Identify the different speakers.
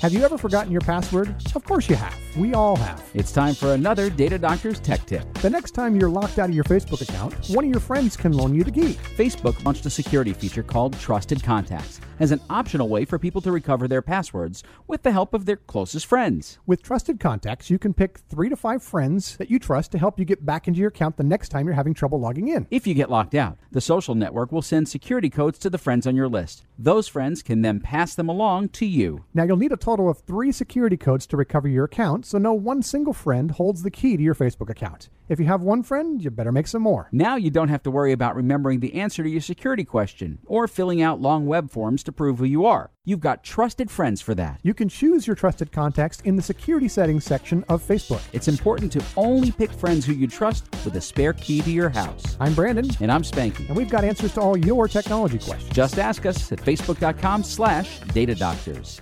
Speaker 1: Have you ever forgotten your password? Of course you have. We all have.
Speaker 2: It's time for another Data Doctors Tech Tip.
Speaker 1: The next time you're locked out of your Facebook account, one of your friends can loan you the key.
Speaker 2: Facebook launched a security feature called Trusted Contacts as an optional way for people to recover their passwords with the help of their closest friends.
Speaker 1: With trusted contacts, you can pick three to five friends that you trust to help you get back into your account the next time you're having trouble logging in.
Speaker 2: If you get locked out, the social network will send security codes to the friends on your list. Those friends can then pass them along to you.
Speaker 1: Now, you'll need a total of three security codes to recover your account, so no one single friend holds the key to your Facebook account. If you have one friend, you better make some more.
Speaker 2: Now you don't have to worry about remembering the answer to your security question or filling out long web forms to prove who you are. You've got trusted friends for that.
Speaker 1: You can choose your trusted contacts in the security settings section of Facebook.
Speaker 2: It's important to only pick friends who you trust with a spare key to your house.
Speaker 1: I'm Brandon,
Speaker 2: And I'm Spanky.
Speaker 1: and we've got answers to all your technology questions.
Speaker 2: Just ask us at facebook.com slash data doctors.